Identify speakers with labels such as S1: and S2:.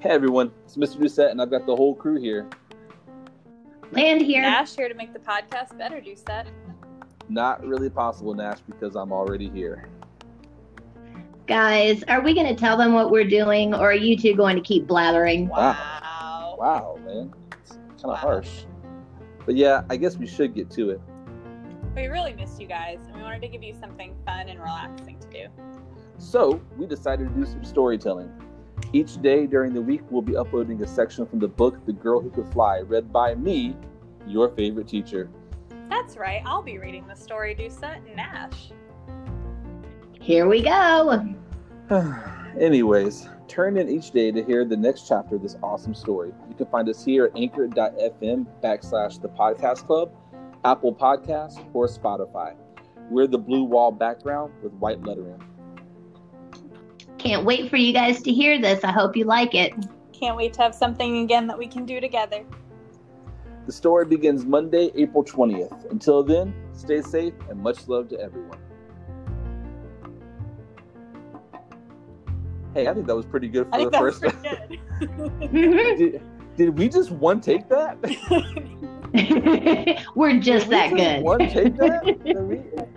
S1: Hey everyone, it's Mr. Doucette, and I've got the whole crew here.
S2: Land here.
S3: Nash here to make the podcast better, Doucette.
S1: Not really possible, Nash, because I'm already here.
S2: Guys, are we going to tell them what we're doing or are you two going to keep blathering?
S3: Wow.
S1: Wow, man, it's kind of
S3: Wow.
S1: harsh. But yeah, I guess we should get to it.
S3: We really missed you guys, and we wanted to give you something fun and relaxing to do.
S1: So we decided to do some storytelling. Each day during the week, we'll be uploading a section from the book "The Girl Who Could Fly," read by me, your favorite teacher.
S3: That's right, I'll be reading the story, Doucette and Nash.
S2: Here we go.
S1: Anyways, turn in each day to hear the next chapter of this awesome story. You can find us here at anchor.fm backslash the podcast club, Apple Podcasts, or Spotify. We're the blue wall background with white lettering.
S2: Can't wait for you guys to hear this. I hope you like it.
S3: Can't wait to have something again that we can do together.
S1: The story begins Monday, April 20th. Until then, stay safe and much love to everyone. Hey, I think that was pretty good for
S3: I think
S1: the
S3: that
S1: first.
S3: was pretty good.
S2: Mhm.
S1: did, did we just one take that?
S2: we're just
S1: Did we
S2: that
S1: just
S2: good.
S1: One take that? Did we-